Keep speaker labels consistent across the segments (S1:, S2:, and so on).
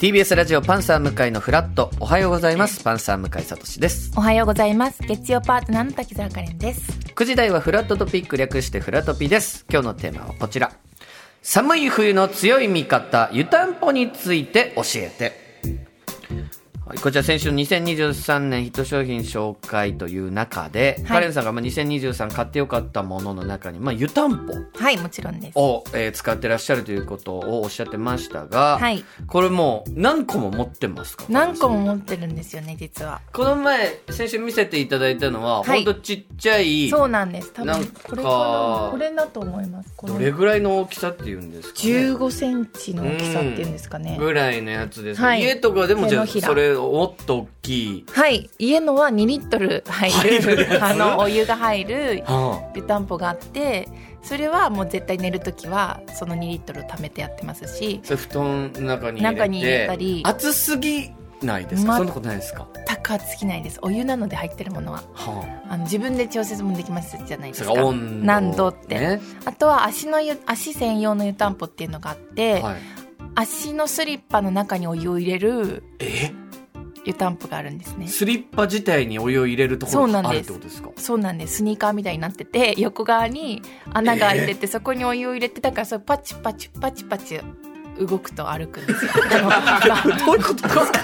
S1: TBS ラジオパンサー向井のフラットおはようございますパンサー向井聡です
S2: おはようございます。月曜パートナーの滝沢カレンです。
S1: 9時台はフラットトピック略してフラトピです今日のテーマはこちら寒い冬の強い味方湯たんぽについて教えてはいこちら先週の2023年ヒット商品紹介という中で、
S2: い
S1: カレンさんがまあ2023買ってよかったものの中に、まあ、湯たんぽ
S2: はい、もちろんです。
S1: を、えー使ってらっしゃるということをおっしゃってましたが、
S2: はい
S1: これもう何個も持ってますか
S2: 何個も持ってるんですよね、実は。
S1: この前先週見せていただいたのは、
S2: はい
S1: ほんとちっちゃい
S2: そうなんです。多
S1: なん
S2: 分
S1: か
S2: これかなこれだと思います。こ
S1: どれ
S2: の
S1: ぐらいの大きさっていうんですか、ね、
S2: 15センチの大きさっていうんですかね。
S1: ぐらいのやつです、
S2: はい
S1: 家とかでもじゃあ
S2: 手のひら
S1: それもっと大きい、
S2: はい、家のは2リットル入
S1: 入るや
S2: る、
S1: つ
S2: あの、お湯が入る
S1: は
S2: 湯たんぽがあって、それはもう絶対寝るときは、その2リットルを貯めてやってますし
S1: あ、それ布団の中に入れて
S2: 中に入れたり
S1: 熱すぎないですか、
S2: ま
S1: そんなことないですか、
S2: 全く熱きないです。お湯なので入ってるものは。
S1: はあ、
S2: あの自分で調節もできますじゃないで
S1: そ
S2: す
S1: れ
S2: か。
S1: が温度
S2: 何度って
S1: ね
S2: あとは足の湯足専用の湯たんぽっていうのがあって、
S1: はい、
S2: 足のスリッパの中にお湯を入れる
S1: え
S2: 湯たんぽがあるんですね
S1: スリッパ自体にお湯を入れるところ
S2: そう
S1: が
S2: な
S1: あ
S2: ん
S1: る
S2: で
S1: っ
S2: す
S1: てことですか
S2: そうなんですスニーカーみたいになってて横側に穴が開いてて、そこにお湯を入れてだからそれパチパチパチパチ動くと歩くん ですよあの
S1: どういうこと
S2: こうする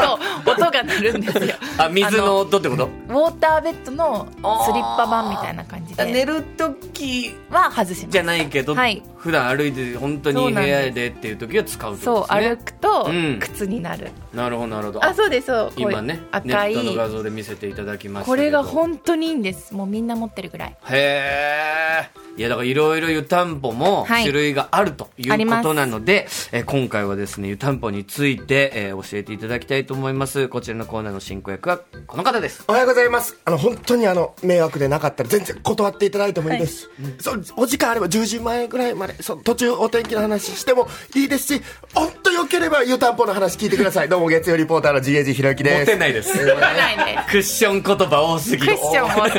S2: と音が鳴るんですよ
S1: あ水の音ってこと
S2: ウォーターベッドのスリッパ版みたいな感じで
S1: 寝る時
S2: は外しま
S1: じ
S2: す
S1: ゃないけど、
S2: はい
S1: 普段歩いて本当
S2: そ
S1: に
S2: う
S1: 部
S2: なんです
S1: 屋でっていう時は使うってこ
S2: そう
S1: とですね
S2: 歩くと
S1: うん
S2: 靴になる、
S1: なるほどなるほど
S2: あそうですそうこういう
S1: 今ねネ
S2: 赤い
S1: ットの画像で見せていただきましたけど
S2: これが本当にいいんですもうみんな持ってるぐらい
S1: へえいやだからいろいろ湯たんぽも
S2: はい
S1: 種類があるとい
S2: あり
S1: うこ
S2: ます
S1: となので、えー今回はですね湯たんぽについて、えー教えていただきたいと思いますこちらのコーナーの進行役はこの方です
S3: おはようございます。あの、本当にあの、迷惑でなかったら全然断っていただいてもいいです。そうお時間あれば10時前ぐらいまで、そう途中お天気の話してもいいですし、本当よければ湯たんぽの話聞いてください。どうも月曜リポーターの GAG ひろゆきです。
S1: ない です
S2: 持たないで
S1: クッション言葉多すぎ
S2: クッション多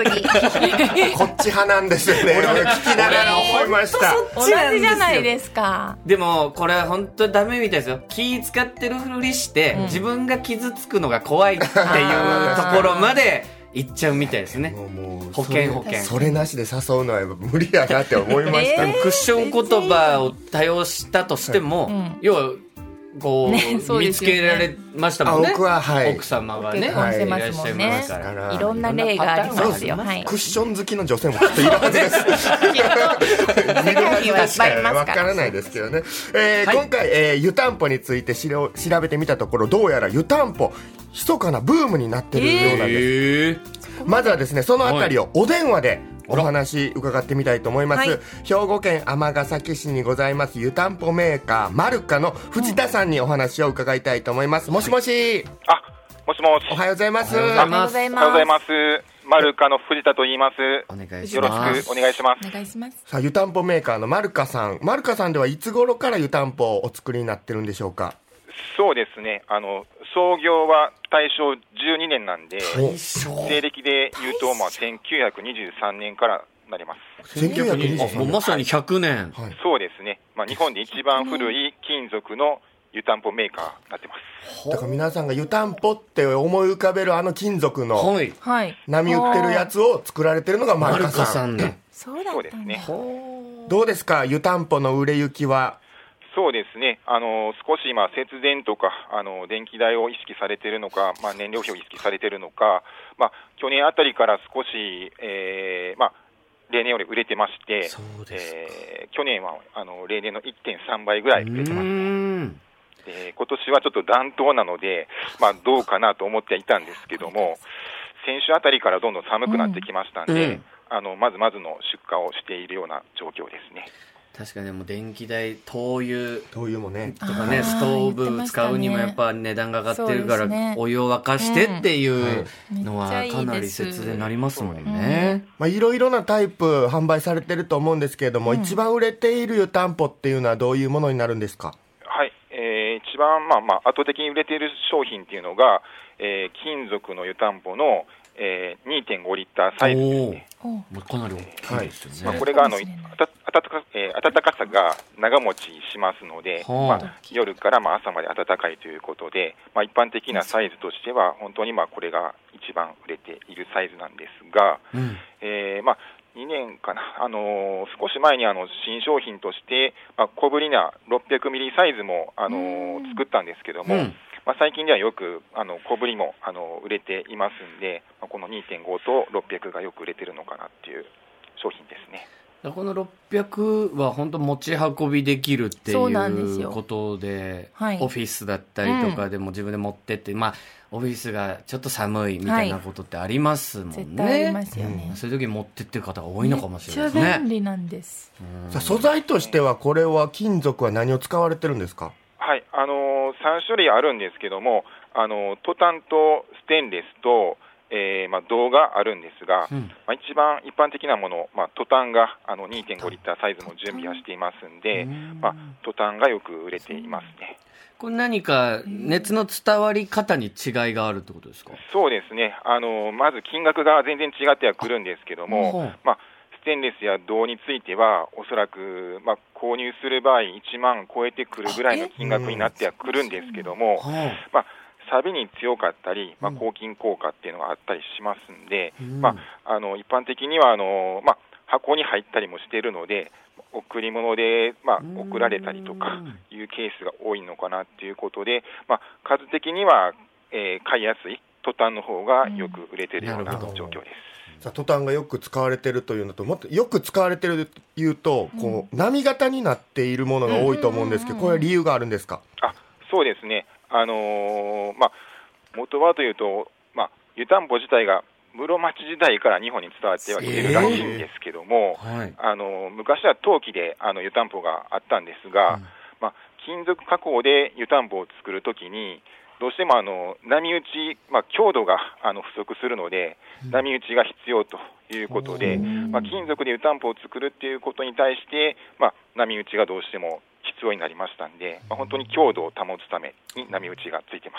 S2: すぎ
S3: こっち派なんですよね。俺聞きながら思いました。
S2: 同じじゃないですか
S1: でもこれは本当にダメみたいですよ気使ってるふりして、自分が傷つくのが怖いっていうところまで行っちゃうみたいですね
S3: もうもう
S1: 保険
S3: それ
S1: 保険
S3: それなしで誘うのはやっぱ無理やなって思いました。
S2: え
S1: クッション言葉を多用したとしても、要はこう,、
S2: ねそう
S1: 見
S2: で
S1: つ
S2: すよね
S1: けられましたもんね
S3: あ僕ははい
S1: 奥様がね、
S2: 結
S3: 婚
S1: い、
S3: して
S1: いら
S2: ま
S1: っ
S2: す
S1: し
S2: も
S1: ゃい
S2: んね
S1: ますから、
S3: はい
S2: ろんな例があり
S1: いろんなパター
S2: ますよ
S1: ンがあります
S2: はい
S3: クッション好きの女性もきっといるはずです。
S2: 世界にはいっぱいいますか
S3: わかららないですけどね、えー
S1: はい
S3: 今回、えー湯たんぽについてしろ調べてみたところどうやら湯たんぽ密かなブームになってるようなんです、
S1: え
S3: まずはですねそのあたりをお電話でお話伺ってみたいと思います、
S2: はい
S3: 兵庫県尼崎市にございます湯たんぽメーカーマルカの藤田さんにお話を伺いたいと思いますもしもし
S4: あ、もしもし。
S3: おはようございます
S1: おはようござ
S2: あ
S1: い
S2: り
S1: ま
S2: がとうござい
S4: おはようござい
S2: ま
S4: ます。マルカの藤田と言います。
S1: お願いし
S4: よろ
S1: ます
S4: しくお願いしますす。
S2: お願いします
S3: さあ湯たんぽメーカーのマルカさんマルカさんではいつ頃から湯たんぽをお作りになってるんでしょうか
S4: そうですね。あの、創業は大正12年なんで、西暦で言うと、まあ、1923年からなります。
S3: 1923
S1: あもうまさに100年、
S3: はい
S4: そうですね。まあ、日本で一番古い金属の湯たんぽメーカーになってます。
S3: だから皆さんが湯たんぽって思い浮かべるあの金属の
S1: はい
S2: はい
S3: 波打ってるやつを作られてるのがマ
S1: マ
S3: ル
S1: ル
S3: カ
S1: カさ
S3: さん
S1: んの
S2: そうだっ
S4: そうで
S2: た
S4: す
S2: んだ
S4: ね
S3: どうですか湯たんぽの売れ行きは
S4: そうですね。あの、少し今、節電とか、あの、電気代を意識されてるのか、まあ、燃料費を意識されてるのか、まあ、去年あたりから少し、えーまあ、例年より売れてまして、
S1: そうですか
S4: えー去年は、あの、例年の1.3倍ぐらい売れて
S1: う
S4: ます。
S1: ーん
S4: で今年はちょっと暖冬なので、まあ、どうかなと思っていたんですけども、先週あたりからどんどん寒くなってきましたんで、
S1: うんうん
S4: あの、まずまずの出荷をしているような状況ですね。
S1: 確かにもう電気代灯油
S3: 灯油もね
S1: とかね
S2: あー
S1: ストー
S2: 言って
S1: ブ
S2: まし
S1: 使
S2: たね
S1: うにもやっぱ値段が上がってるから、
S2: そうですね
S1: お湯を沸かしてっていう
S2: うん
S1: のは
S2: めっちゃ
S1: か
S2: いいです
S1: なり節電になりますもんね。
S3: まあいろいろなタイプ販売されてると思うんですけれども、一番売れている湯たんぽっていうのはどういうものになるんですか
S4: はい、えー一番、まあまあ、圧倒的に売れている商品っていうのが、えー金属の湯たんぽの、えー2.5リッターサイズですね。
S2: お
S1: おおかなり大きいですよ
S4: まあ、
S1: ね。
S4: これがあ
S2: そ
S4: の
S2: うですね
S4: あた暖か,、えー暖かさが長持ちしますので、
S1: はあ
S4: まあ夜からまあ朝まで暖かいということで、まあ、一般的なサイズとしては、本当にまあこれが一番売れているサイズなんですが、
S1: うん
S4: えーまあ、2年かな、あのー少し前にあの新商品として、まあ、小ぶりな600ミリサイズも、あのー
S2: うん
S4: 作ったんですけども、
S1: うん
S4: まあ、最近ではよくあの小ぶりも、あのー売れていますんで、まあ、この2.5と600がよく売れてるのかなっていう商品ですね。
S1: だからこの600は本当持ち運びできるってい
S2: そうなんです
S1: う
S2: よ
S1: ことで
S2: はい
S1: オフィスだったりとかでも自分で持ってって、まあオフィスがちょっと寒いみたいなことってありますもんね、
S2: 絶対ありますよね。
S1: そういう時持ってってる方が多いのかもしれないで
S2: めっちゃ
S1: す
S2: 便
S1: ね
S2: 利なんです。
S3: さあ素材としてはこれは金属は何を使われてるんですか
S4: はい、あのー、3種類あるんですけども、あのートタンとステンレスと、えーまあ、銅があるんですが、
S1: うん
S4: まあ、一番一般的なもの、まあ、トタンがあの2.5リッターサイズの準備はしていますんで、まあ、トタンがよく売れていますね。
S1: これ何か熱の伝わり方に違いがあるってことですか
S4: そうですね、あのまず金額が全然違ってはくるんですけど
S1: ほ
S4: も
S1: う、
S4: まあ、ステンレスや銅については、おそらく、まあ、購入する場合、1万超えてくるぐらいの金額になってはくるんですけども、
S1: はあ
S4: まあ、サビに強かったり、まあ、
S1: うん
S4: 抗菌効果っていうのがあったりしますんで、
S1: うん
S4: まあ、あの一般的にはあの、まあ、箱に入ったりもしているので、贈り物で、まあ
S1: うん、
S4: 送られたりとかいうケースが多いのかなっていうことで、まあ、数的には、えー買いやすいトタンの方がよく売れてるよう
S1: なる
S4: な
S1: ほど
S4: 状況です。
S3: さあトタンがよく使われてるというのともっとよく使われてるというと、こう波形になっているものが多いと思うんですけど、
S2: うん
S3: これは理由があるんですか
S4: あそうですね、あのーまあ、元はというと、まあ、湯たんぽ自体が室町時代から日本に伝わってはいるらしいんですけども、
S1: はい
S4: あのー昔は陶器であの湯たんぽがあったんですが、
S1: うん
S4: まあ、金属加工で湯たんぽを作るときに、どうしてもあの波打ち、まあ、強度があの不足するので、波打ちが必要ということで、
S1: うん
S4: まあ、金属で湯たんぽを作るっていうことに対して、まあ、波打ちがどうしても必要になりましたんで、まあ、本当に強度を保つために波打ちがついてま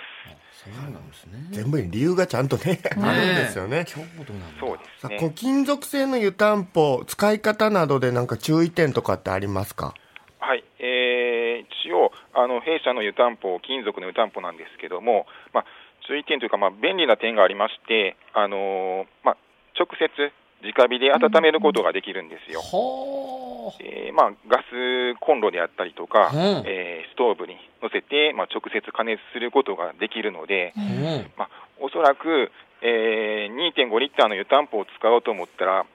S1: そ
S4: す。
S1: うなんですね
S3: 全部に理由がちゃんとねあるんですよね
S1: 強度なんだ
S4: そうで
S3: さ
S4: す
S3: あ
S4: ね。
S3: こう金属製の湯たんぽ使い方などでなんか注意点とかってありますか
S4: はい、えー一応あの、弊社の湯たんぽ、金属の湯たんぽなんですけども、まあ、注意点というか、まあ、便利な点がありまして、あのーまあ、直接、直火で温めることができるんですよ。
S1: は
S4: えーまあ、ガスコンロであったりとか、
S1: うん
S4: えーストーブに乗せて、まあ、直接加熱することができるので、
S1: あ、うん
S4: まあ、おそらく、えー2.5リッターの湯たんぽを使おうと思ったら、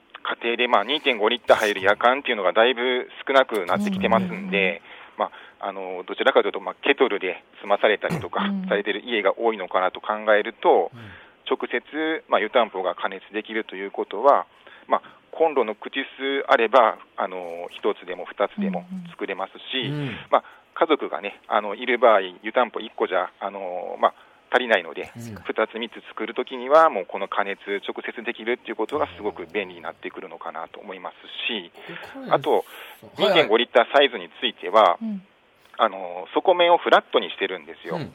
S4: 家庭でまあ2.5リッター入る夜間っていうのがだいぶ少なくなってきてますんで、まあ、あのどちらかというと、まあ、ケトルで済まされたりとか
S2: うん
S4: されてる家が多いのかなと考えると、直接、まあ、湯たんぽが加熱できるということは、まあ、コンロの口数あれば、あの1つでも2つでも作れますし、
S1: うん
S4: まあ、家族がね、あのいる場合、湯たんぽ1個じゃ、あのまあ、足りないので、
S1: うん
S4: 2つ、3つ作るときには、もうこの加熱、直接できるっていうことがすごく便利になってくるのかなと思いますし、あと、2.5リッターサイズについては、
S2: うん
S4: あの底面をフラットにしてるんですよ。
S1: うん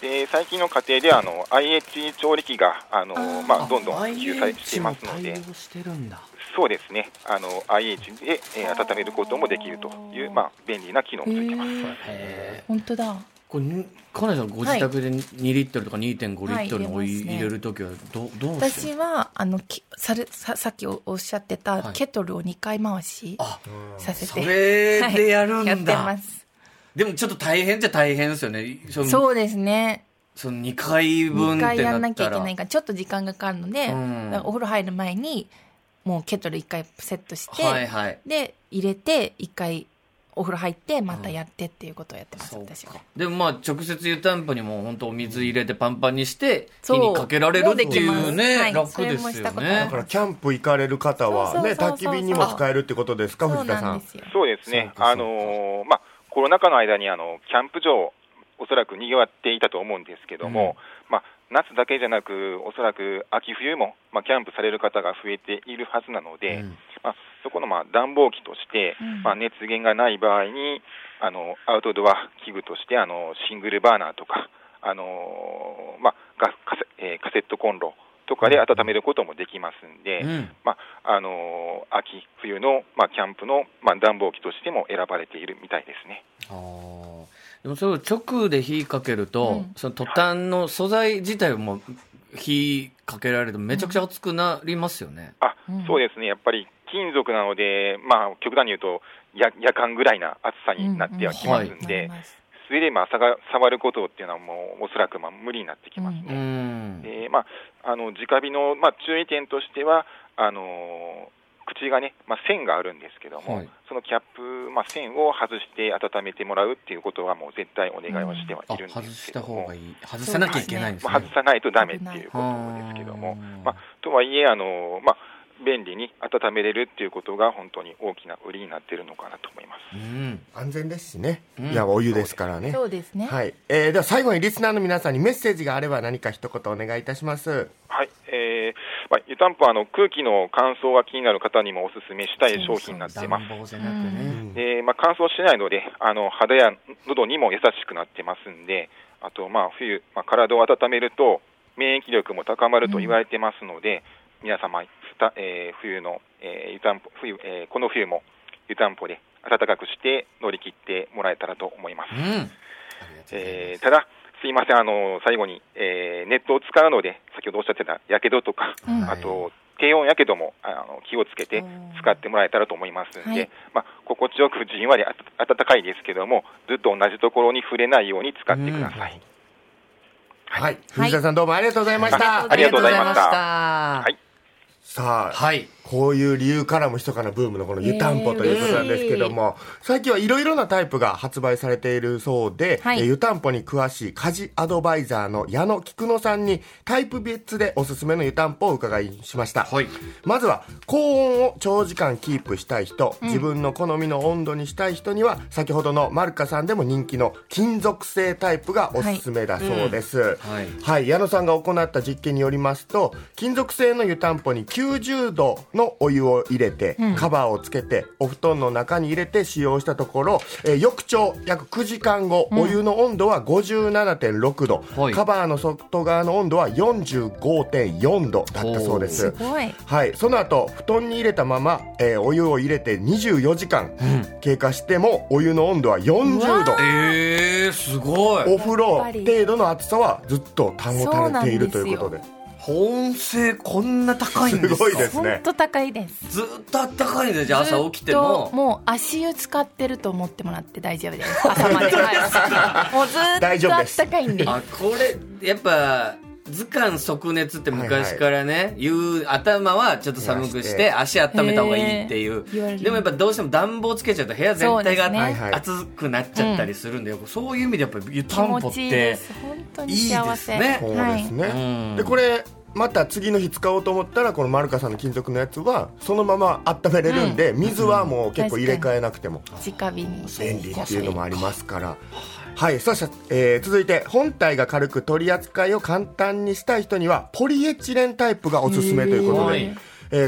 S4: で最近の家庭ではあの IH 調理器があの
S2: あー
S4: まあ、どんどん普及されしていますので
S1: IH も、対応してるんだ
S4: そうですね、あの IH で、えー温めることもできるという、まあ、便利な機能もついてます。
S2: へえ
S1: へえ
S2: 本当だ。
S1: これ金井さんご自宅で2リットルとか2.5リットルのお湯
S2: はい入れますね
S1: 入れるときはどどうして
S2: 私はあのきさるささっきおっしゃって
S1: は
S2: た
S1: い
S2: ケトルを2回回し
S1: あ
S2: させ
S1: そ
S2: て、
S1: れでやるんだ、
S2: やってます。
S1: でもちょっと大変じゃ大変ですよねその
S2: そうですね。
S1: その2回分
S2: 2
S1: ってなったら
S2: 回やんなきゃいけないからちょっと時間がかかるので、
S1: うん
S2: だからお風呂入る前にもうケトル1回セットして、
S1: はいはい
S2: で入れて1回お風呂入ってまたやってっていうことをやってます、
S1: そう
S2: 私は
S1: か。でもまあ直接湯たんぽにも本当お水入れてパンパンにして
S2: そ
S1: 火
S2: う
S1: にかけられるってい
S2: もうできま
S1: う
S2: す
S1: ね
S2: はい
S1: 楽で
S2: それも
S1: す
S2: し
S1: よ
S2: たことあ
S1: ね
S3: だからキャンプ行かれる方は
S2: そうそう
S3: ね
S2: そう
S3: 焚
S2: そう
S3: き火にも使えるってことですか
S2: そう
S3: 藤田さ
S2: なん
S3: ん
S2: ですよ。
S4: そうですね
S1: そう、か
S4: あのーまあ、コロナ禍の間にあのキャンプ場、おそらくにぎわっていたと思うんですけども、まあ、夏だけじゃなく、おそらく秋冬も、まあ、キャンプされる方が増えているはずなので、
S1: うん
S4: まあ、そこのまあ暖房機として、
S2: うん
S4: まあ、熱源がない場合にあのアウトドア器具としてあのシングルバーナーとかあの、まあガスカセえーカセットコンロとかで温めることもできますんで、
S1: うん
S4: まああのー秋、冬の、まあ、キャンプの、まあ、暖房機としても選ばれているみたいですね。
S1: あーでもそれを直で火かけると、そのトタンの素材自体も火かけられるとめちゃくちゃ熱くなりますよね。
S4: あ
S2: うん
S4: そうですね、やっぱり金属なので、まあ、極端に言うと夜、夜間ぐらいな暑さになってはきます
S1: う
S4: ん
S1: ん
S2: なり
S4: で、
S2: ます
S4: それでまあさが触ることっていうのは、もうおそらくまあ無理になってきま
S1: う
S4: すね。
S1: ん。
S4: でまあ、あの直火の、まあ、注意点としては、あのー口がね、まあ、線があるんですけども、
S1: はい
S4: そのキャップ、まあ、線を外して温めてもらうっていうことは、もう絶対お願いはしては
S1: あ
S4: いるん
S1: 外
S4: です
S1: し
S4: け
S1: た
S4: ど
S1: 方
S4: も
S1: がい。い。外さなきゃいけないんです
S4: ま
S1: ね。
S4: あ、外さないとダメっていうことですけども、
S1: うん
S4: まあ、とはいえあの、まあ、便利に温めれるっていうことが本当に大きな売りになってるのかなと思います。
S1: うん。
S3: 安全ですしね、
S1: うん
S3: いやお湯ですからね
S2: そうですね。
S3: はい、えー、では最後にリスナーの皆さんにメッセージがあれば何か一言お願いいたします
S4: はい、えーまあ、湯たんぽはあの空気の乾燥が気になる方にもおすすめしたい商品になってます。
S1: 暖房じゃなくね。
S4: でまあ、乾燥しないのであの肌や喉にも優しくなってますんであと、まあ、冬、まあ、体を温めると免疫力も高まると言われてますので、皆様ふた、えー冬の、えー湯たんぽ冬えーこの冬も湯たんぽで暖かくして乗り切ってもらえたらと思います
S1: う。ん。ありがとうござい
S4: え
S1: ま
S4: ーただ、すいません、あの最後に、えーネットを使うので、先ほどおっしゃってたやけどとか、
S2: うん
S4: あと低温やけどもあの気をつけて使ってもらえたらと思いますんで、
S2: はい
S4: まあ、心地よくじんわりあた暖かいですけども、ずっと同じところに触れないように使ってください。
S3: はい、藤田さんどうもありがとうございました、
S2: はい
S4: ありがとうございまし
S1: あ
S4: た
S1: りがとうございまし
S3: さあ、
S1: たはい。
S3: こういう理由からも密かなブームのこの湯たんぽということなんですけども、最近はいろいろなタイプが発売されているそうで、
S2: はい
S3: えー湯たんぽに詳しい家事アドバイザーの矢野菊乃さんにタイプ別でおすすめの湯たんぽをお伺いしました。
S1: はい。
S3: まずは高温を長時間キープしたい人、自分の好みの温度にしたい人には先ほどのマルカさんでも人気の金属製タイプがおすすめだそうです、
S1: んはい
S3: はい、矢野さんが行った実験によりますと金属製の湯たんぽに90度のお湯を入れて、カバーをつけてお布団の中に入れて使用したところ、えー翌朝約9時間後、お湯の温度は57.6度、
S1: はい
S3: カバーの外側の温度は45.4度だったそうです
S2: すごい。
S3: はい、その後布団に入れたまま、えーお湯を入れて24時間経過しても、お湯の温度は40度
S1: えー、すごい。
S3: お風呂程度の暑さはずっと保たれているということで
S1: 保温性こんな高いんです
S3: す
S1: か
S3: ごいです
S2: 本
S3: ね
S2: 当高いです。
S1: ずーっと暖かいんですよじゃあ朝起きて
S2: ずっ
S1: も
S2: ともう足湯使ってると思ってもらって大丈夫です。朝まで。はいもうず
S3: 大丈夫で
S2: っ
S3: す
S2: と暖かいんで。
S1: あこれやっぱ図鑑即熱って昔からね、いう頭はちょっと寒くして
S3: 冷
S1: 足温めた方がいいっていう
S2: へー言われる
S1: でもやっぱどうしても暖房つけちゃうと部屋全体
S2: そうですねはい
S3: はい
S1: が暑くなっちゃったりするんでそう,、いう意味でやっぱ湯
S2: 気
S1: たんぽ
S2: 持
S1: っ
S2: ちいい
S1: て
S2: です。本当
S1: い
S2: に
S1: いで
S2: 幸
S1: す
S2: せ。
S1: ね
S3: そうですね、
S1: はい
S3: でこれまた次の日使おうと思ったらこのマルカさんの金属のやつはそのまま温めれるんで、水はもう結構入れ替えなくても
S2: 直火に。
S3: 便利っていうのもありますから。はい、そして、えー続いて本体が軽く取り扱いを簡単にしたい人にはポリエチレンタイプがおすすめということで、
S1: へー
S3: えー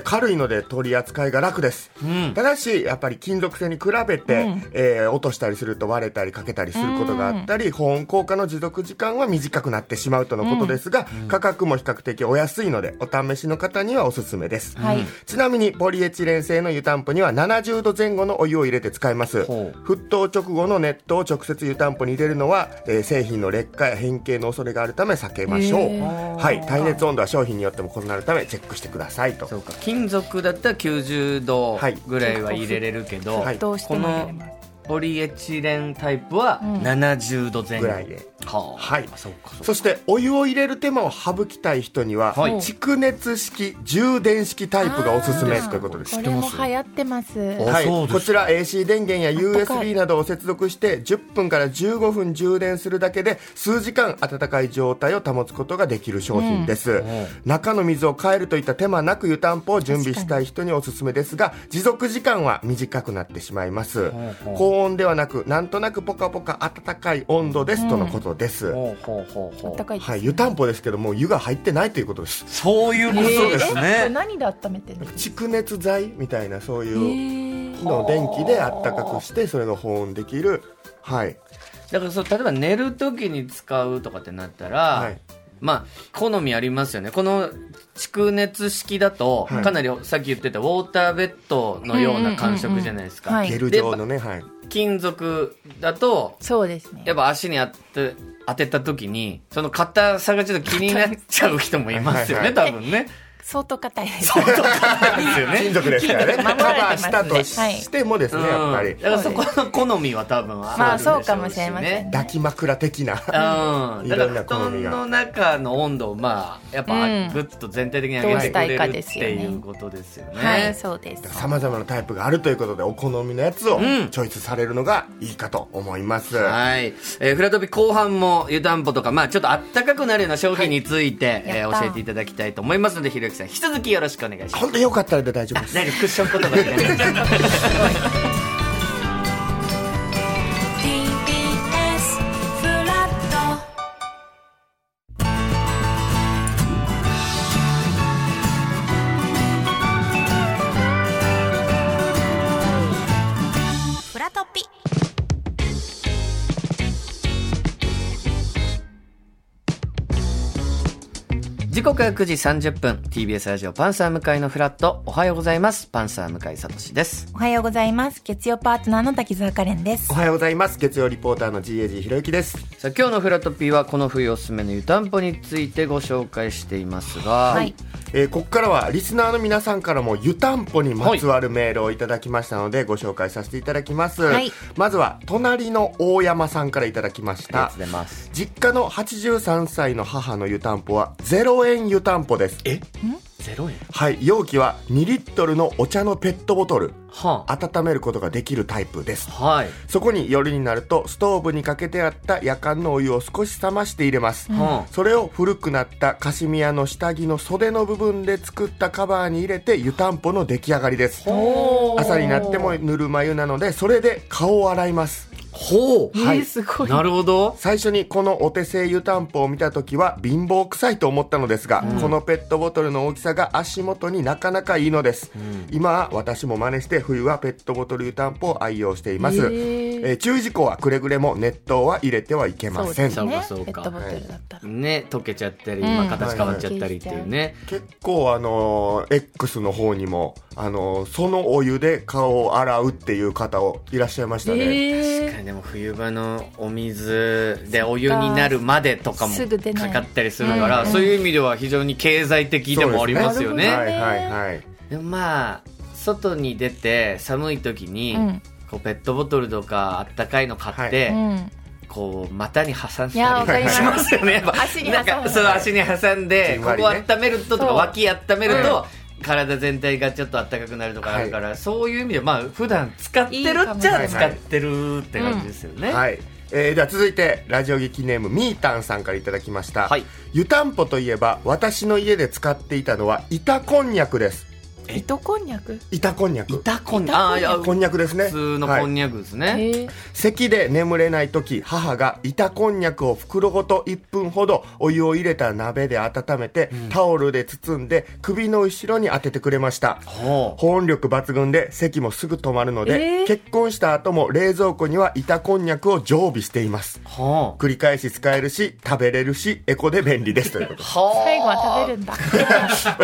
S3: 軽いので取り扱いが楽です、
S1: ん
S3: ただしやっぱり金属製に比べて、えー落としたりすると割れたり欠けたりすることがあったり、保温効果の持続時間は短くなってしまうとのことですが、価格も比較的お安いのでお試しの方にはおすすめです、
S2: はい
S3: ちなみにポリエチレン製の湯たんぽには70度前後のお湯を入れて使います
S1: ほう
S3: 沸騰直後の熱湯を直接湯たんぽに入れるのは、えー製品の劣化や変形の恐れがあるため避けましょう、
S2: へー
S3: はい、耐熱温度は商品によっても異なるためチェックしてくださいと
S1: そうか金属だったら90度
S3: はい
S1: ぐらいは入れれるけど、
S3: はい
S2: どうして
S1: こ
S2: も入
S1: の
S2: れます。
S1: ポリエチレンタイプは70度前後
S3: ぐらいで
S1: はあ
S3: はい
S1: あそうかそうか
S3: そしてお湯を入れる手間を省きたい人には、
S1: はい
S3: 蓄熱式充電式タイプがおすすめ
S2: あー
S3: ということです
S2: これも流行ってます。
S1: あ
S3: はい、
S1: そうですか
S3: こちら AC 電源や
S2: あったか
S3: USB
S2: い
S3: などを接続して10分から15分充電するだけで数時間暖かい状態を保つことができる商品です、中の水を変えるといった手間なく湯たんぽを準備したい人におすすめですが持続時間は短くなってしまいます、
S1: ほう
S3: 高温ではなくなんとなくポカポカ暖かい温度です、とのことです、
S1: ほうほうほうほう
S2: 暖かいです。
S3: はい、湯たんぽですけどもう湯が入ってないということです
S1: そういうことです
S2: えこれ
S1: ね。
S2: 何で温めてるの？
S3: 蓄熱材みたいなそうい
S2: え
S3: う、
S2: え
S3: の電気であったかくしてそれが保温できるはい
S1: だからそう例えば寝る時に使うとかってなったら、
S3: はい
S1: まあ、好みありますよね。この蓄熱式だと、かなりさっき言ってたウォーターベッドのような感触じゃないです
S2: うんうんうんうん
S1: か
S2: はい。
S3: ゲル状のねはい
S1: 金属だと、
S2: そうですね
S1: やっぱ足に当て当てた時に、その硬さがちょっと気になっちゃう人もいますよね、
S3: 硬
S1: 多分ね。
S2: 相当硬いです
S1: です よね。
S3: 金属ですからね
S2: 金
S3: カ
S2: 属で 守ら
S3: バ
S2: れ
S3: ー
S2: てま
S3: し
S2: すね
S3: たとし
S2: はい
S3: してもですね、やっぱり
S1: だからそこの好みは多分あるんでしょうし、ね、
S2: まあそうかもしれません
S3: 抱き枕的な
S1: うん、だ
S3: い
S1: から布
S3: ろんな好み
S1: 団
S3: が
S1: の中の温度をまあやっぱ
S2: うん
S1: グッと全体的に上げてくれ
S2: どうしたいか
S1: る
S2: で
S1: っ
S2: すよ
S1: て
S2: ね
S1: いうことですよね。
S2: はいそうです
S3: さまざまなタイプがあるということでお好みのやつをチ
S1: ん
S3: ョイスされるのがいいかと思います、
S1: はい。えー、フラトピ後半も湯たんぽとか、まあちょっとあったかくなるような商品について、えー
S2: やった
S1: 教えていただきたいと思いますので、ひろゆきさん、引き続きよろしくお願いします。
S3: 本当によかったらで大丈夫です
S1: 何クッション言葉になりました
S5: TBS フラットフラトピ
S1: 時刻は9時30分、TBS ラジオパンサー向井のフラット、おはようございます。パンサー向井聡です。
S2: おはようございます月曜パートナーの滝沢カレンです
S3: おはようございます月曜リポーターの GAG ひろゆきです
S1: さあ今日のフラトピーはこの冬おすすめの湯たんぽについてご紹介していますが、
S2: はい
S3: えーここからはリスナーの皆さんからも湯たんぽにまつわるメールをいただきましたのでご紹介させていただきます、
S2: はい
S3: まずは隣の大山さんからいただきまし
S1: ありが
S3: た
S1: とうございます。
S3: 実家の83歳の母の湯たんぽは0円湯たんぽです
S1: えゼロ円
S3: はい容器は2リットルのお茶のペットボトル
S1: はあ。
S3: 温めることができるタイプです
S1: はい。
S3: そこに夜になるとストーブにかけてあった夜間のお湯を少し冷まして入れます、
S1: は
S3: それを古くなったカシミヤの下着の袖の部分で作ったカバーに入れて湯たんぽの出来上がりです
S1: あ。ほう
S3: 朝になってもぬるま湯なのでそれで顔を洗います
S1: ほう。
S3: はい
S2: す ご
S1: なるほど。
S3: 最初にこのお手製湯たんぽを見た時は貧乏臭いと思ったのですが、このペットボトルの大きさが足元になかなかいいのです、今は私も真似して冬はペットボトル湯たんぽを愛用しています、え
S2: へー
S3: ー注意事項はくれぐれも熱湯は入れてはいけま
S2: そう
S3: せ
S2: で
S3: ん
S2: すね
S1: そうかそうか
S2: ペットボトルだったら、
S1: ね、溶けちゃったり、
S2: うん
S1: まあ形変わっちゃったりっていうね。
S3: 結構あのー X の方にもあのーそのお湯で顔を洗うっていう方をいらっしゃいましたね、
S1: 確かにでも冬場のお水でお湯になるまでとかも
S2: すぐ出ない
S1: かかったりするから、そういう意味では非常に経済的でもありますよね。
S3: は
S1: で
S3: いはいはい
S1: もまあ、外に出て寒い時に、
S2: うん
S1: こうペットボトルとかあったかいの買って、
S2: うん
S1: こう股に挟ん
S2: いや
S1: だ
S2: わか
S1: り
S2: ります
S1: しますよねやっぱ
S2: 足に挟
S1: な
S2: む
S1: んかそう足に挟んで
S3: じん
S1: こ
S3: わり
S1: こ
S3: ね
S1: 温めるととか
S2: そう
S1: 脇温めると体全体がちょっと温かくなるとかあるから、そういう意味でまあ普段使ってるっち
S2: いいか
S1: ゃ
S2: も
S1: 使ってるって感じですよね、
S3: はい。えーでは続いてラジオ劇ネームみーたんさんからいただきました、
S1: はい
S3: 湯たんぽといえば私の家で使っていたのは板こんにゃくです
S2: 糸こんにゃく
S3: 板こんにゃく
S1: 板こんにゃくあーいや
S3: こんにゃくですね
S1: 普通のこん
S3: はい、
S1: にゃくですね、
S2: へえ
S3: 咳で眠れない時母が板こんにゃくを袋ごと1分ほどお湯を入れた鍋で温めて、タオルで包んで首の後ろに当ててくれました
S1: ほう
S3: 保温力抜群で咳もすぐ止まるので、
S2: えー
S3: 結婚した後も冷蔵庫には板こんにゃくを常備しています
S1: ほう
S3: 繰り返し使えるし食べれるしエコで便利ですということ
S2: 最後は食べるんだ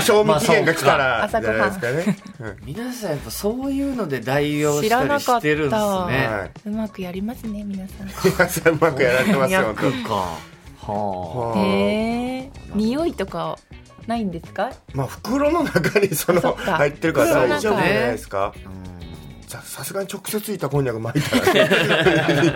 S3: 賞味期限が来たらじ
S2: 朝
S3: ゃ
S2: ごはん
S3: ないですかね、うん
S1: 皆さんやっぱそういうので代用し
S2: 知ら
S1: た
S2: なか
S1: り
S2: った
S1: してるんですね
S3: はいう
S2: まくやりますね皆さん
S3: 皆さんうまくやられてますよ
S1: こんにゃくかは
S3: 本当は
S2: へえ匂いとかないんですか
S3: あまあ袋の中にその
S2: そっか
S3: 入ってるから大丈夫じゃないですか
S1: あうん
S3: じゃあさすがに直接いたこんにゃく巻いたらね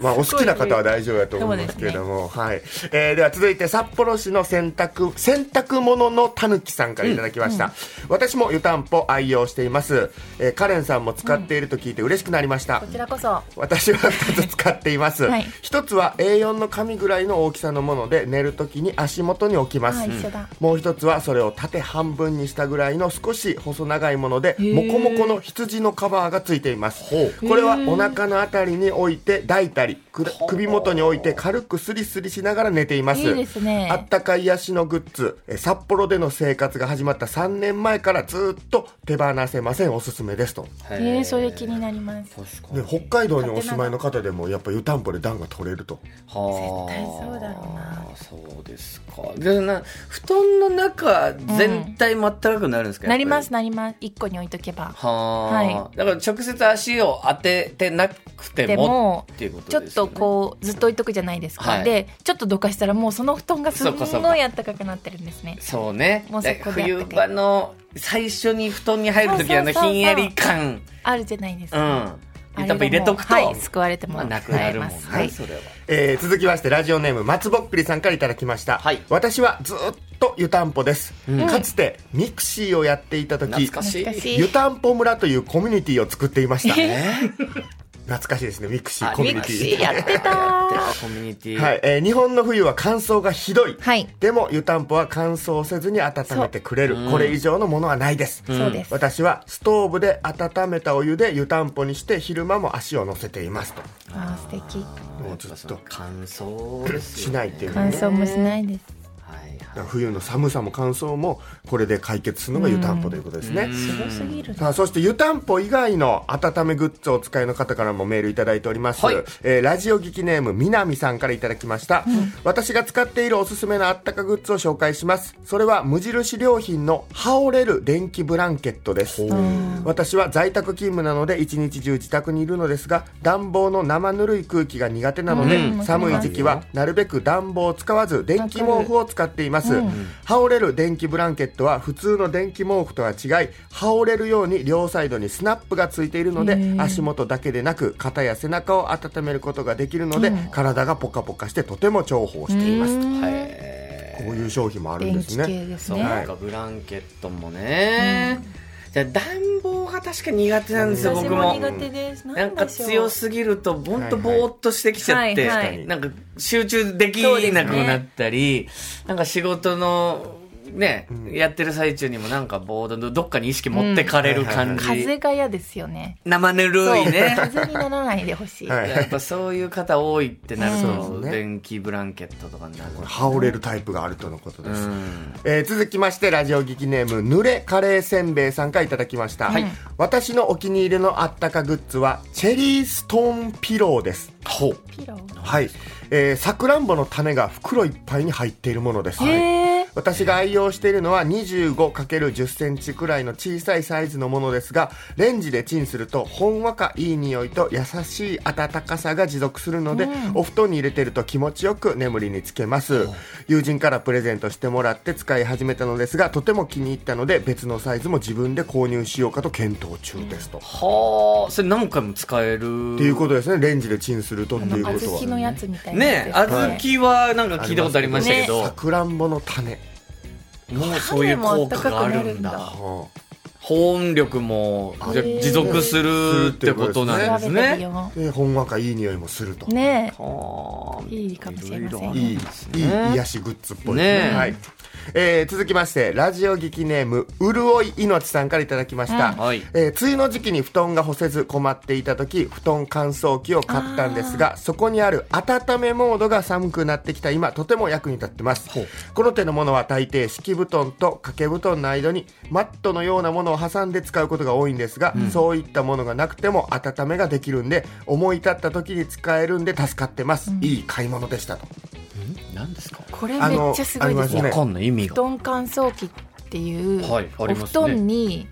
S3: まあお好きな方は大丈夫だと思いますけれども、はい、えーでは続いて札幌市の洗濯洗濯物のたぬきさんからいただきました、私も湯たんぽ愛用しています、えーカレンさんも使っていると聞いて嬉しくなりました、
S2: こちらこそ
S3: 私は2つ使っています、
S2: はい
S3: 1つは A4 の紙ぐらいの大きさのもので寝るときに足元に置きます、
S2: あ一緒だ
S3: もう1つはそれを縦半分にしたぐらいの少し細長いものでモ
S2: ー
S3: コモコの羊のカバーがついていますこれはお腹のあたりに置いて抱いたりくだ首元に置いて軽くスリスリしながら寝ています
S2: いいですね
S3: あったかい癒しのグッズえ札幌での生活が始まった3年前からずっと手放せませんおすすめですと
S2: えー、それ気になります絶
S1: 確かに
S3: で北海道にお住まいの方でもやっぱ湯たんぽで暖が取れると
S1: はあ
S2: 対そうだろうな
S1: そうですかでな布団の中全体全くなるんですか、やっぱり
S2: なりますなります一個に置いとけば
S1: はあ、
S2: は
S1: だから直接足を当ててなくて
S2: でも
S1: もっていうこと
S2: ちょっ
S1: ですよ
S2: と
S1: ね
S2: こうずっと置いとくじゃないですか、
S1: はい
S2: でちょっとどかしたらもうその布団がすん
S1: そうかそうか
S2: ごいあったかくなってるんですね
S1: そうね
S2: もうそこであったかい
S1: 冬場の最初に布団に入る時
S2: そう
S1: あ
S2: そ
S1: の
S2: うそうそう
S1: ひんやり感
S2: あるじゃないです
S1: うん
S2: か、
S1: や
S2: あ
S1: っ
S2: れが
S1: ぱ
S2: もう
S1: 入れとくと、
S2: はい救われても
S1: まあ、なく
S2: ら
S1: な
S2: え
S1: るもん
S2: ま
S1: ね、
S2: すはい
S1: それは
S3: えー続きましてラジオネーム松ぼっくりさんからいただきました、
S1: はい
S3: 私はずっと湯たんぽです、かつてミクシーをやっていた時
S1: 懐かしい
S2: 懐かしい
S3: 湯たんぽ村というコミュニティを作っていました、
S1: えー
S3: 懐かしいですねミクシ
S1: あ
S3: ーコミュニテ
S1: ミク
S3: ィ
S1: シーやって
S2: た
S1: やってたコミュニティ、
S3: はいえー日本の冬は乾燥がひどい、
S2: はい
S3: でも湯たんぽは乾燥せずに温めてくれるこれ以上のものはないです、
S2: そうです
S3: 私はストーブで温めたお湯で湯たんぽにして昼間も足を乗せていますと
S2: あー素敵
S3: もうずっと
S1: 乾燥ですよ、ね、
S3: しないっていう
S2: 乾燥もしないです
S1: はい
S3: だから
S1: は
S3: 冬の寒さも乾燥もこれで解決するのが湯たんぽということですね、
S2: すごすぎる
S3: さあそして湯たんぽ以外の温めグッズをお使いの方からもメールいただいております、
S1: はい
S3: えーラジオ聞きネームみなみさんからいただきました、私が使っているおすすめのあったかグッズを紹介しますそれは無印良品の羽織れる電気ブランケットです私は在宅勤務なので一日中自宅にいるのですが暖房の生ぬるい空気が苦手なので、
S2: うん
S3: 寒い時期はなるべく暖房を使わず電気毛布を使っています、羽織れる電気ブランケットは普通の電気毛布とは違い羽織れるように両サイドにスナップがついているので足元だけでなく肩や背中を温めることができるので、体がポカポカしてとても重宝しています
S1: い、はい
S3: こういう商品もあるんで
S2: 電
S3: す
S2: 気系
S3: ね
S2: です
S1: そう
S2: ね
S1: なんかブランケットもね、じゃあ暖房が確かに苦手なんですよ、僕も
S2: 苦手です
S1: なんか強すぎると本当ぼーっとしてきちゃって、
S2: はいはい
S1: なんか集中できなくなったり、なんか仕事のね、やってる最中にもなんかぼーっとどっかに意識持ってかれる感じ、
S2: 風が嫌ですよね
S1: 生ぬる
S2: そう
S1: いね
S2: 風にならないでほしい、
S3: はい
S1: やっぱそういう方多いってなると、
S3: うん
S1: 電気ブランケットとかになる
S3: 羽織れるタイプがあるとのことです、
S1: うん
S3: えー続きましてラジオ劇ネームぬれカレーせんべいさんからいただきました、
S1: はい
S3: 私のお気に入りのあったかグッズはチェリーストーンピローです
S1: ほう
S2: ピロー
S3: はいえーさくらんぼの種が袋いっぱいに入っているものです、
S2: へえ
S3: 私が愛用しているのは 25×10 センチくらいの小さいサイズのものですがレンジでチンするとほんわかいい匂いと優しい温かさが持続するので、お布団に入れてると気持ちよく眠りにつけます友人からプレゼントしてもらって使い始めたのですがとても気に入ったので別のサイズも自分で購入しようかと検討中ですと、っ
S1: はあそれ何回も使える
S3: ていうことですねレンジでチンするとっていうこと
S2: 小豆
S3: は
S2: のやつみたいなやつ
S1: ね
S2: で
S1: え
S2: す
S1: 小豆はなんか聞いたことありましたけど、
S3: さくらんぼの種、
S1: もうそういう効果があるんだ
S3: うん
S1: 保温力もじゃあ
S2: へえ
S1: 持続するってことなんです
S2: 調べてみ
S1: ね。
S2: よ
S3: でほんわかいい匂いもすると
S2: うね
S1: はあ
S2: いいかもしれません
S1: ろろある
S3: いい、
S1: です
S3: いい
S1: ね
S3: 癒しグッズっぽいですね。
S1: ねえ
S3: はい。えー続きまして、ラジオ劇ネーム、うるおいいのちさんからいただきました。
S1: うんはい
S3: えー梅雨の時期に布団が干せず困っていた時、布団乾燥機を買ったんですが、そこにある温めモードが寒くなってきた今、とても役に立ってます
S1: ほう。
S3: この手のものは大抵敷布団と掛け布団の間にマットのようなものを挟んで使うことが多いんですが、そういったものがなくても温めができるんで、思い立った時に使えるんで助かってます。いい買い物でした
S1: ん
S3: と。
S1: 何ですか
S2: これめっちゃすごいです
S3: あのありますね
S2: ね
S1: わかんない意味
S2: 布
S1: が。
S2: 団乾燥機っていう、
S1: はいあ
S2: お
S1: り
S2: 布
S1: ますね
S2: 団に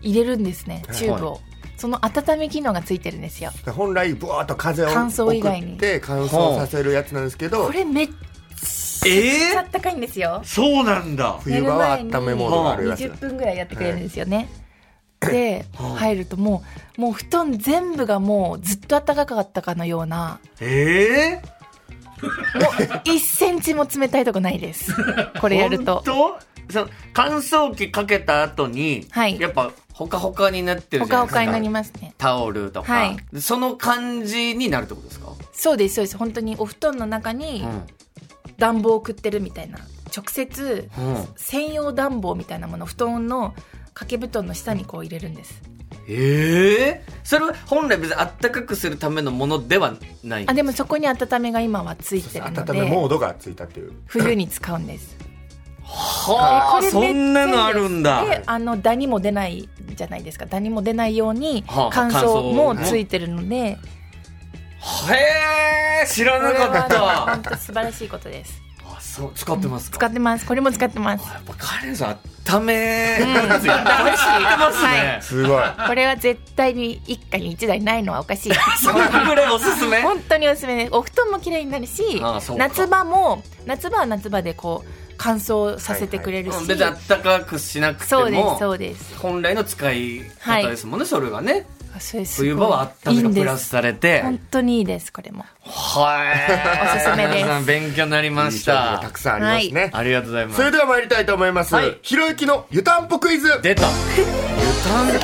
S2: 入れるんですね
S1: い
S2: チューブを、
S1: は
S2: その温め機能がついてるんですよ
S3: 本来ブワーッと風を
S2: 乾燥以
S3: 送
S2: 外に
S3: って乾燥させるやつなんですけど
S2: これめっち
S1: え
S2: ゃあったかいんですよ
S1: そうなんだ。
S3: 冬場は温
S2: 寝る
S3: め
S2: 前に
S3: モードがあるやつ
S2: 20分ぐらいやってくれるんですよね、で入るともうもう布団全部がもうずっと暖かかったかのような
S1: ええ
S2: 1センチも冷たいとこない ですこれやると
S1: 本当その乾燥機かけた後に、
S2: はい
S1: やっぱほかほかになってる
S2: ほ
S1: じゃな
S2: か
S1: いですか。
S2: ほかになりますね
S1: タオルとか、
S2: はい
S1: その感じになるってことですか、
S2: そうですそうです本当にお布団の中に暖房を送ってるみたいな直接
S1: うん
S2: 専用暖房みたいなものを布団の掛け布団の下にこう入れるんです
S1: ええそれは本来別にあったかくするためのものではない
S2: あでもそこに温めが今はついてるの
S3: 温め
S2: で
S3: モードがついたっていう
S2: 冬に使うんです
S1: はあ
S2: で
S1: そ
S2: これめっちゃいいです
S1: んなのあるんだ
S2: であのダニも出ないじゃないですかダニも出ないように
S1: はあ
S2: 乾燥も
S1: 乾燥ね
S2: ついてるので、
S1: へえ知ら
S2: これ
S1: なかっ
S2: は
S1: た
S2: 本当素晴らしいことです
S1: あそう使ってます
S2: 使
S1: か
S2: ってますこれも使ってます
S1: やっぱカレンさんため
S2: うん
S1: 絶対知ってますね
S3: すごい
S2: これは絶対に一家に一台ないのはおかしい
S1: それぐらいおすすめ
S2: 本当におすすめですお布団も綺麗になるし
S1: ああそうか
S2: 夏場も夏場は夏場でこう乾燥させてくれるし、
S1: うん別にあったかくしなくて
S2: そうですそ
S1: も
S2: うです
S1: 本来の使い方ですもんねそれがね
S2: あそれすごい
S1: 冬場はあっため
S2: いい
S1: が
S2: んで
S1: プ
S2: す
S1: ラスされて
S2: 本当にいいですこれも
S1: はい
S2: おすすめです
S1: す勉強になりまし
S3: いい商品が
S1: た
S3: たくさんありますね、
S1: ありがとうございま
S3: それ
S1: す
S3: では参りたいと思います、
S1: はい
S3: ひろゆきの湯たんぽクイズ
S1: 出た湯たんぽクイズ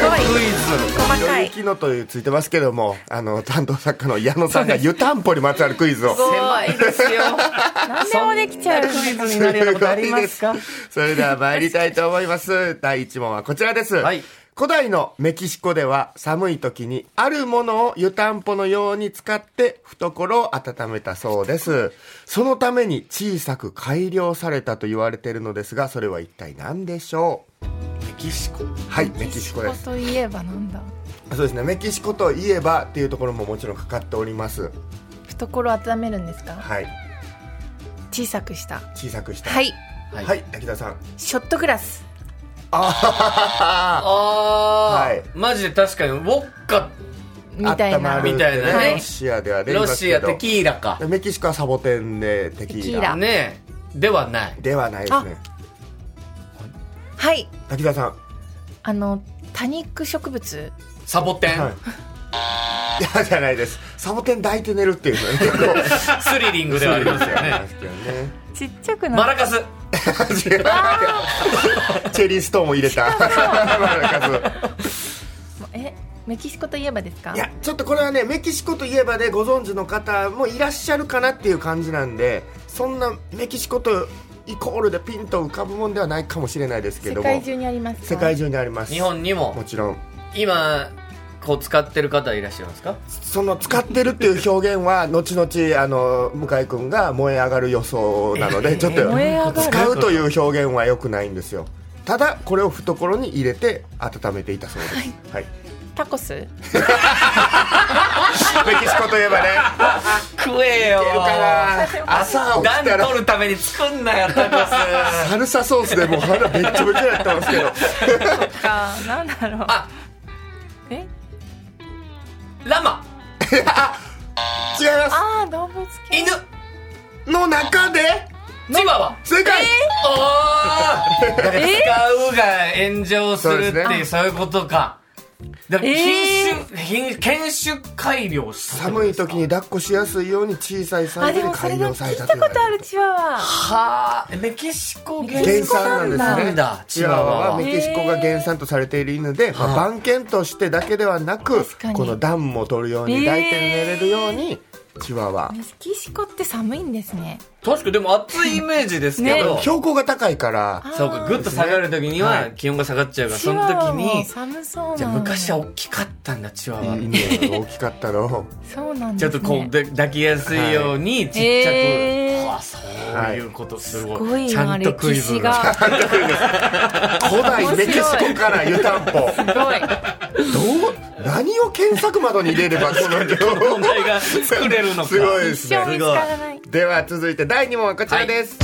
S3: ひろゆきのというついてますけどもあの担当作家の矢野さんが湯たんぽにまつわるクイズを
S1: 狭いですよ
S2: 何でもできちゃう
S1: クイズになるようなことありますか
S3: それでは参りたいと思います。第一問はこちらです。
S1: はい
S3: 古代のメキシコでは寒い時にあるものを湯たんぽのように使って懐を温めたそうです。そのために小さく改良されたと言われているのですが、それは一体何でしょうメキシコはい、メキシコです。
S2: といえばなんだ
S3: そうですね、メキシコといえばっていうところももちろんかかっております。
S2: 懐を温めるんですか
S3: はい、
S2: 小さくした
S3: 小さくした。
S2: はい
S3: はい、
S1: はい
S3: 滝田さん。
S2: ショットグラス
S3: あ
S1: あ
S3: はい
S1: ーマジで確かにウォッカ
S2: みたいな
S1: るみたいなね
S2: はい
S3: ロシアではね、
S1: ロシア
S3: 言いますけど
S1: テキーラか
S3: メキシコはサボテンでテキ
S2: テキ
S3: ー
S2: ー
S3: ラ
S2: ラ
S1: ねえではない
S3: ではないですね
S2: はい
S3: 滝沢さん
S2: あの多肉植物
S1: サボテン、
S3: はいいやじゃないですサボテン抱いて寝るっていうのね結
S1: スリリングではあり ますよね
S3: 構
S2: ちっちゃく
S1: マ
S2: な
S1: ラカス
S3: 違う チェリーストーンを入れた マラカ
S2: えメキシコといえばですか
S3: スいやちょっとこれはねメキシコといえばでご存知の方もいらっしゃるかなっていう感じなんでそんなメキシコとイコールでピンと浮かぶもんではないかもしれないですけ
S2: 世
S3: ども
S2: 界中にありますか
S3: 世界中にあります
S1: 日本にも
S3: もちろん
S1: 今こう使ってる方いらっしゃいますか
S3: その使ってるっていう表現は後々あの向井君が燃え上がる予想なのでちょっと
S2: 燃え上がる
S3: 使うという表現は良くないんですよただこれを懐に入れて温めていたそうです、はい
S2: タコス
S3: メキシコといえばね
S1: 食えよ
S3: 朝起きた
S1: 暖
S3: ら
S1: 取るために作んなよタコス
S3: サルサソースでもう腹べっちょべちょやってますけど
S2: かなんだろう
S1: あ
S2: え
S1: ラマ
S3: 違いま
S2: あー動物系
S1: 犬
S3: すの中で
S1: チワワ
S3: 正解、
S1: おーだから使うが炎上するって
S3: そう
S1: い
S3: で
S1: う
S3: す
S1: そういうことかだから
S2: えー
S1: 品種、品犬種改良した
S3: 寒い時に抱っこしやすいように小さいサ
S2: あ
S3: イズ
S2: で
S3: に
S2: もそれ
S3: 改
S2: だ
S3: 良さ
S2: 聞
S3: れ
S2: い
S3: た
S2: たことあるチワワ
S1: はあメキシコ原
S3: 原
S1: 産
S3: 産なんです
S1: な
S3: ね
S1: んだ
S3: チワワは
S1: チワワは
S3: メキシコが原産とされている犬で、まあ、番犬としてだけではなく
S2: 確かに
S3: この暖も取るように
S2: へー
S3: 抱いて寝れるようにチワワ
S2: メキシコって寒いんですね
S1: 確かにでも暑いイメージですけど、
S2: ね
S3: 標高が高いから
S1: そうかグッと下がる時には気温が下がっちゃうから、
S2: チ
S1: その
S2: ワワ
S1: 時
S2: も
S1: に
S2: 寒そうなんだ
S1: じゃあ昔は大きかったんだチワワ、
S3: 犬が大きかったのを
S2: そうなん
S1: ち
S2: で
S1: ょっ
S2: す
S1: と
S2: ね
S1: こうで抱きやすいようにちっちゃく、
S2: えー
S1: はあそういうことすごい,、
S2: すごい
S1: ちゃ
S2: なん
S1: とクイ
S2: 歴
S1: ズ
S2: 史
S1: が
S2: がす
S3: 古代メキシコから湯たんぽどう
S2: ごい
S3: 何を検索窓に入れればこ の情報
S1: 問題が作れるのか
S3: すごいで
S2: 一
S3: す
S2: 生見
S3: ね
S2: つからない
S3: では続いて第2問はこちらです、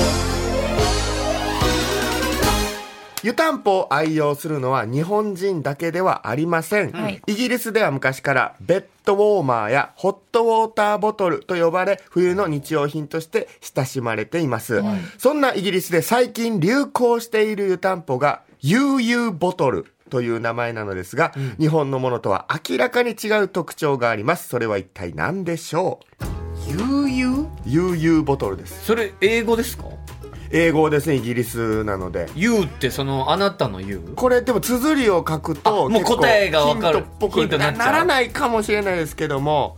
S3: 湯たんぽを愛用するのは日本人だけではありません、
S2: はい
S3: イギリスでは昔からベッドウォーマーやホットウォーターボトルと呼ばれ冬の日用品として親しまれています、そんなイギリスで最近流行している湯たんぽが悠々ボトルという名前なのですが、日本のものとは明らかに違う特徴がありますそれは一体何でしょ
S1: 悠々
S3: う悠々ボトルです
S1: それ英語ですか
S3: 英語ですねイギリスなので
S1: ?You ってそのあなたの You?
S3: これでも綴りを書く
S1: あ
S3: と
S1: もう答えがわかる
S3: 結構ヒントっぽく
S1: ヒントにな
S3: な
S1: っちゃう
S3: らないかもしれないですけども、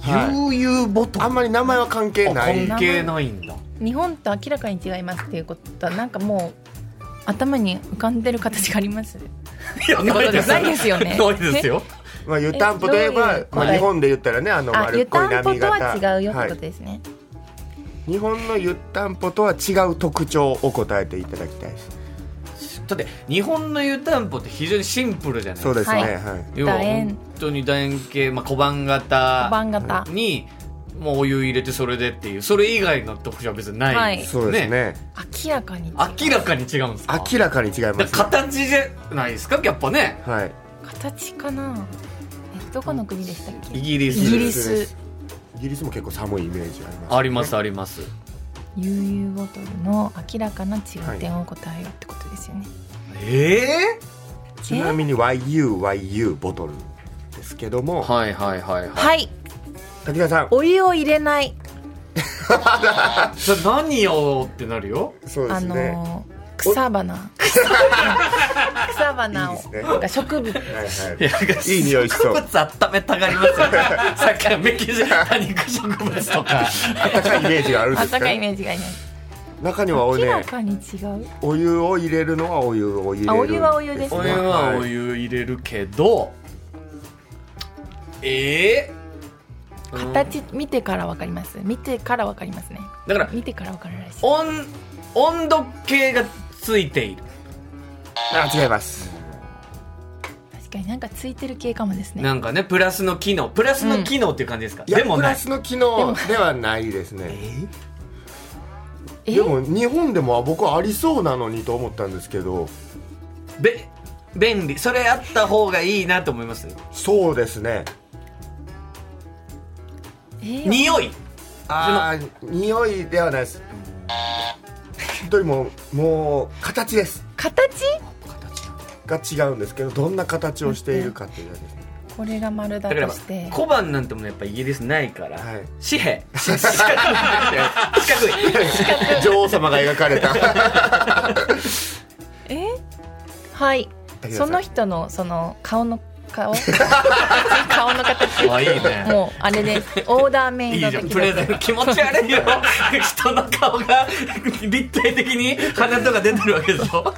S3: はい
S1: 悠々ボト
S3: あんまり名前は関係ない
S1: 関係ないんだ
S2: 日本と明らかに違いますっていうことはなんかもう頭に浮かんでる形があります
S1: や
S2: ってことではないですよね
S1: ないですよ。
S3: まあ、湯たんぽといえば
S6: えどういう
S3: まあ、
S6: はい
S3: 日本で言ったらねあの
S6: あ、
S3: 丸
S6: 湯
S3: っこ
S6: た
S3: い
S6: んぽ
S3: 波
S6: とは
S3: 形
S6: 違うよって
S3: は
S6: こと
S3: い、
S6: ですね。
S3: 日本の湯たんぽとは違う特徴を答えていただきたいです
S1: だって日本の湯たんぽって非常にシンプルじゃないです
S3: そ
S1: か
S3: う。ですね、は
S6: はいい
S1: 要は
S6: 楕円
S1: 本当に楕円形、まあ、小判
S2: 小判
S1: 型
S2: 型、
S1: にもうお湯入れてそれでっていうそれ以外の特徴は別にな
S2: はいい
S1: です
S3: そう
S1: よ
S3: ですね
S2: 明らかに違う
S1: 明らかに違うんですか
S3: 明らかに違いま
S1: だ
S3: す、ね、
S1: から形じゃないですかやっぱね
S3: はい
S2: 形かなえどこの国でしたっ
S1: イ
S2: け
S1: ギリス
S2: イギリ
S3: イギリス
S2: ス
S3: ですイギリスも結構寒いイメージあります、
S1: ありますあります
S2: 悠々ボトルの明らかな違い点を答えようってことですよね、
S1: ええ
S3: ちなみに YUYU ボトルですけども、
S1: はいはいはいはい
S6: はい、
S3: 滝川さん
S6: お湯を入れない。
S1: じゃあ何よってなるよ
S3: そうで
S2: あ
S3: すね、
S2: のー草花草花を
S3: いいですね
S2: なんか植物
S3: はいはい
S1: いやなんか
S3: いい匂いしそう
S1: 植物温めたがりますよねさっきのメキシカ肉植物とか
S3: 暖かいイメージがあるんです
S2: 暖かいイ
S3: ね
S2: メージがいない
S3: 中にはお,、
S2: 明ら
S3: ね、
S2: かに違う
S3: お湯を入れるのはお湯を入れる
S6: あお湯はお湯ですね
S1: お湯はお
S3: い
S1: 湯入れるけど、ええ
S2: 形見てからわかります見てからわかりますね
S1: だから
S2: 見てからわかるらしい
S1: 温温度計がついている
S3: あ違います
S2: 確かになんかついてる系かもですね
S1: なんかねプラスの機能プラスの機能っていう感じですか、
S3: いや
S1: でも
S3: プ
S1: な
S3: ラ
S1: い
S3: スの機能ではないですね
S2: え
S3: でも日本でも僕はありそうなのにと思ったんですけど
S1: べ便利それあった方がいいなと思います
S3: そうですね
S2: えー
S1: 匂い
S3: あー匂いではないですというよりももう形です
S2: 形
S3: が違うんですけどどんな形をしているかっていうのですね
S2: これが丸だ
S1: だから
S2: として
S1: 小判なんてものやっぱイギリスないから、
S3: はい
S1: 紙幣四角い四角い
S3: 女王様が描かれ た
S2: えはい
S3: 竹田さ
S2: そ
S3: ん
S2: の人のその顔の顔 顔の 形
S1: あいいね
S2: もうあれですオーダーメ
S1: いい
S2: イ
S1: じゃ
S2: ド
S1: ん
S2: 的
S1: プレゼン気持ち悪いよ人の顔が立体的に鼻とか出てるわけでしょ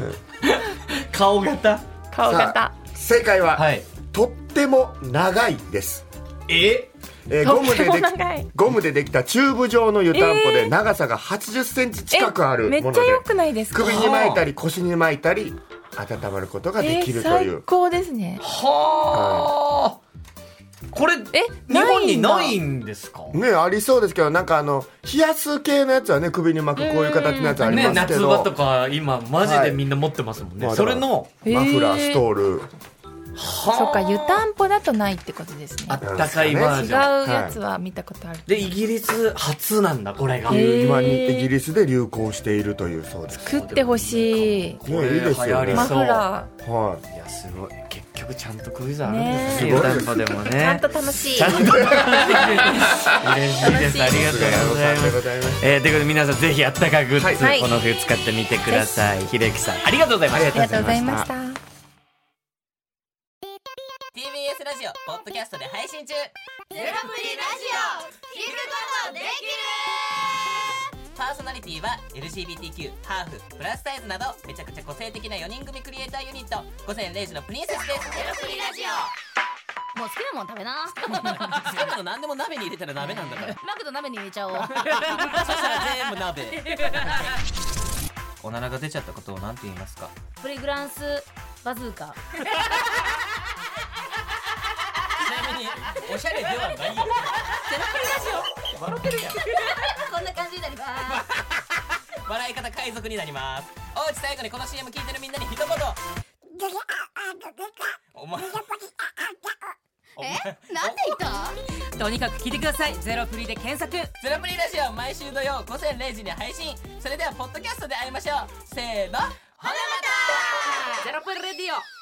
S1: 顔型
S2: 顔
S3: さ
S2: 型
S3: あ正解は、
S1: はい
S3: とっても長いです
S1: え
S3: えーゴ
S2: とっ
S3: ム
S2: て
S3: で
S2: も
S3: でき
S2: 長い
S3: ゴムでできたチューブ状の湯たんぽ
S2: え
S3: で長さが8 0ンチ近くある
S2: めっ
S3: もの
S2: ち
S3: で
S2: ゃ良くないですか
S3: 首に巻いたり腰に巻いたり温まることができるとい
S2: えー
S3: う
S2: 最、高ですね
S1: はあこれ
S2: え
S1: 日本に
S2: な
S1: ないいん
S2: ん
S1: ですか
S3: ねありそうですけどなんかあの冷やす系のやつはね首に巻くこういう形のやつあり
S1: ね
S3: ますけ
S1: 夏
S3: ど、
S1: 場とか今マジでみんな持ってますもんね、
S3: はい
S1: それの
S3: マフラー
S2: へー
S3: ストール、
S1: はあ
S2: そっか湯たんぽだとないってことです
S1: あ
S2: ね
S1: ったかいバー
S2: 違う
S1: ジョン
S2: やつは見たことある、
S1: でイギリス初なんだこれが、
S2: へえ
S3: 今にイギリスで流行しているというそうです
S2: 食ってほしい
S3: もういいですよね
S1: えー流行り
S2: マフ
S1: そう
S2: ラー
S3: はい
S1: いやすごい結局ちゃんとクイズあるんですね
S3: ねえ
S1: 湯たんぽでもね
S6: ちゃんと楽しい。
S1: 嬉しいですありがとうござい
S3: ありがと
S1: ま
S3: う
S1: す
S3: ございます
S1: えー、ということで皆さんぜひあったかグッズ、
S6: はい
S1: この冬使ってみてください、ひ秀樹さんありがとうございました
S6: ありがとうございました。
S7: TBS ラジオポッドキャストで配信中
S5: ゼロプリラジオ聞くことできる
S7: パーソナリティは LGBTQ ハーフプラスサイズなどめちゃくちゃ個性的な4人組クリエイターユニット午前0時のプリンセスですゼロプリラジオ
S8: もう好きなもん食べ な。
S7: 好きなの何でも鍋に入れたら鍋なんだから
S8: マクド鍋に入れちゃおう。
S7: そしたら全部鍋おならが出ちゃったことを何て言いますか
S8: プリグランスバズーカ。
S7: ちなみにおしゃれではないよゼロプリラジオ笑ってるやん
S8: こんな感じになります。
S7: 笑い方海賊になりますおうち最後にこの CM 聞いてるみんなに一言お前お前
S8: なんで言った？
S9: とにかく聞いてくださいゼロプリで検索
S7: ゼロプリラジオ毎週土曜午前0時に配信それではポッドキャストで会いましょうせーのほなまた
S9: ゼロプリレディオ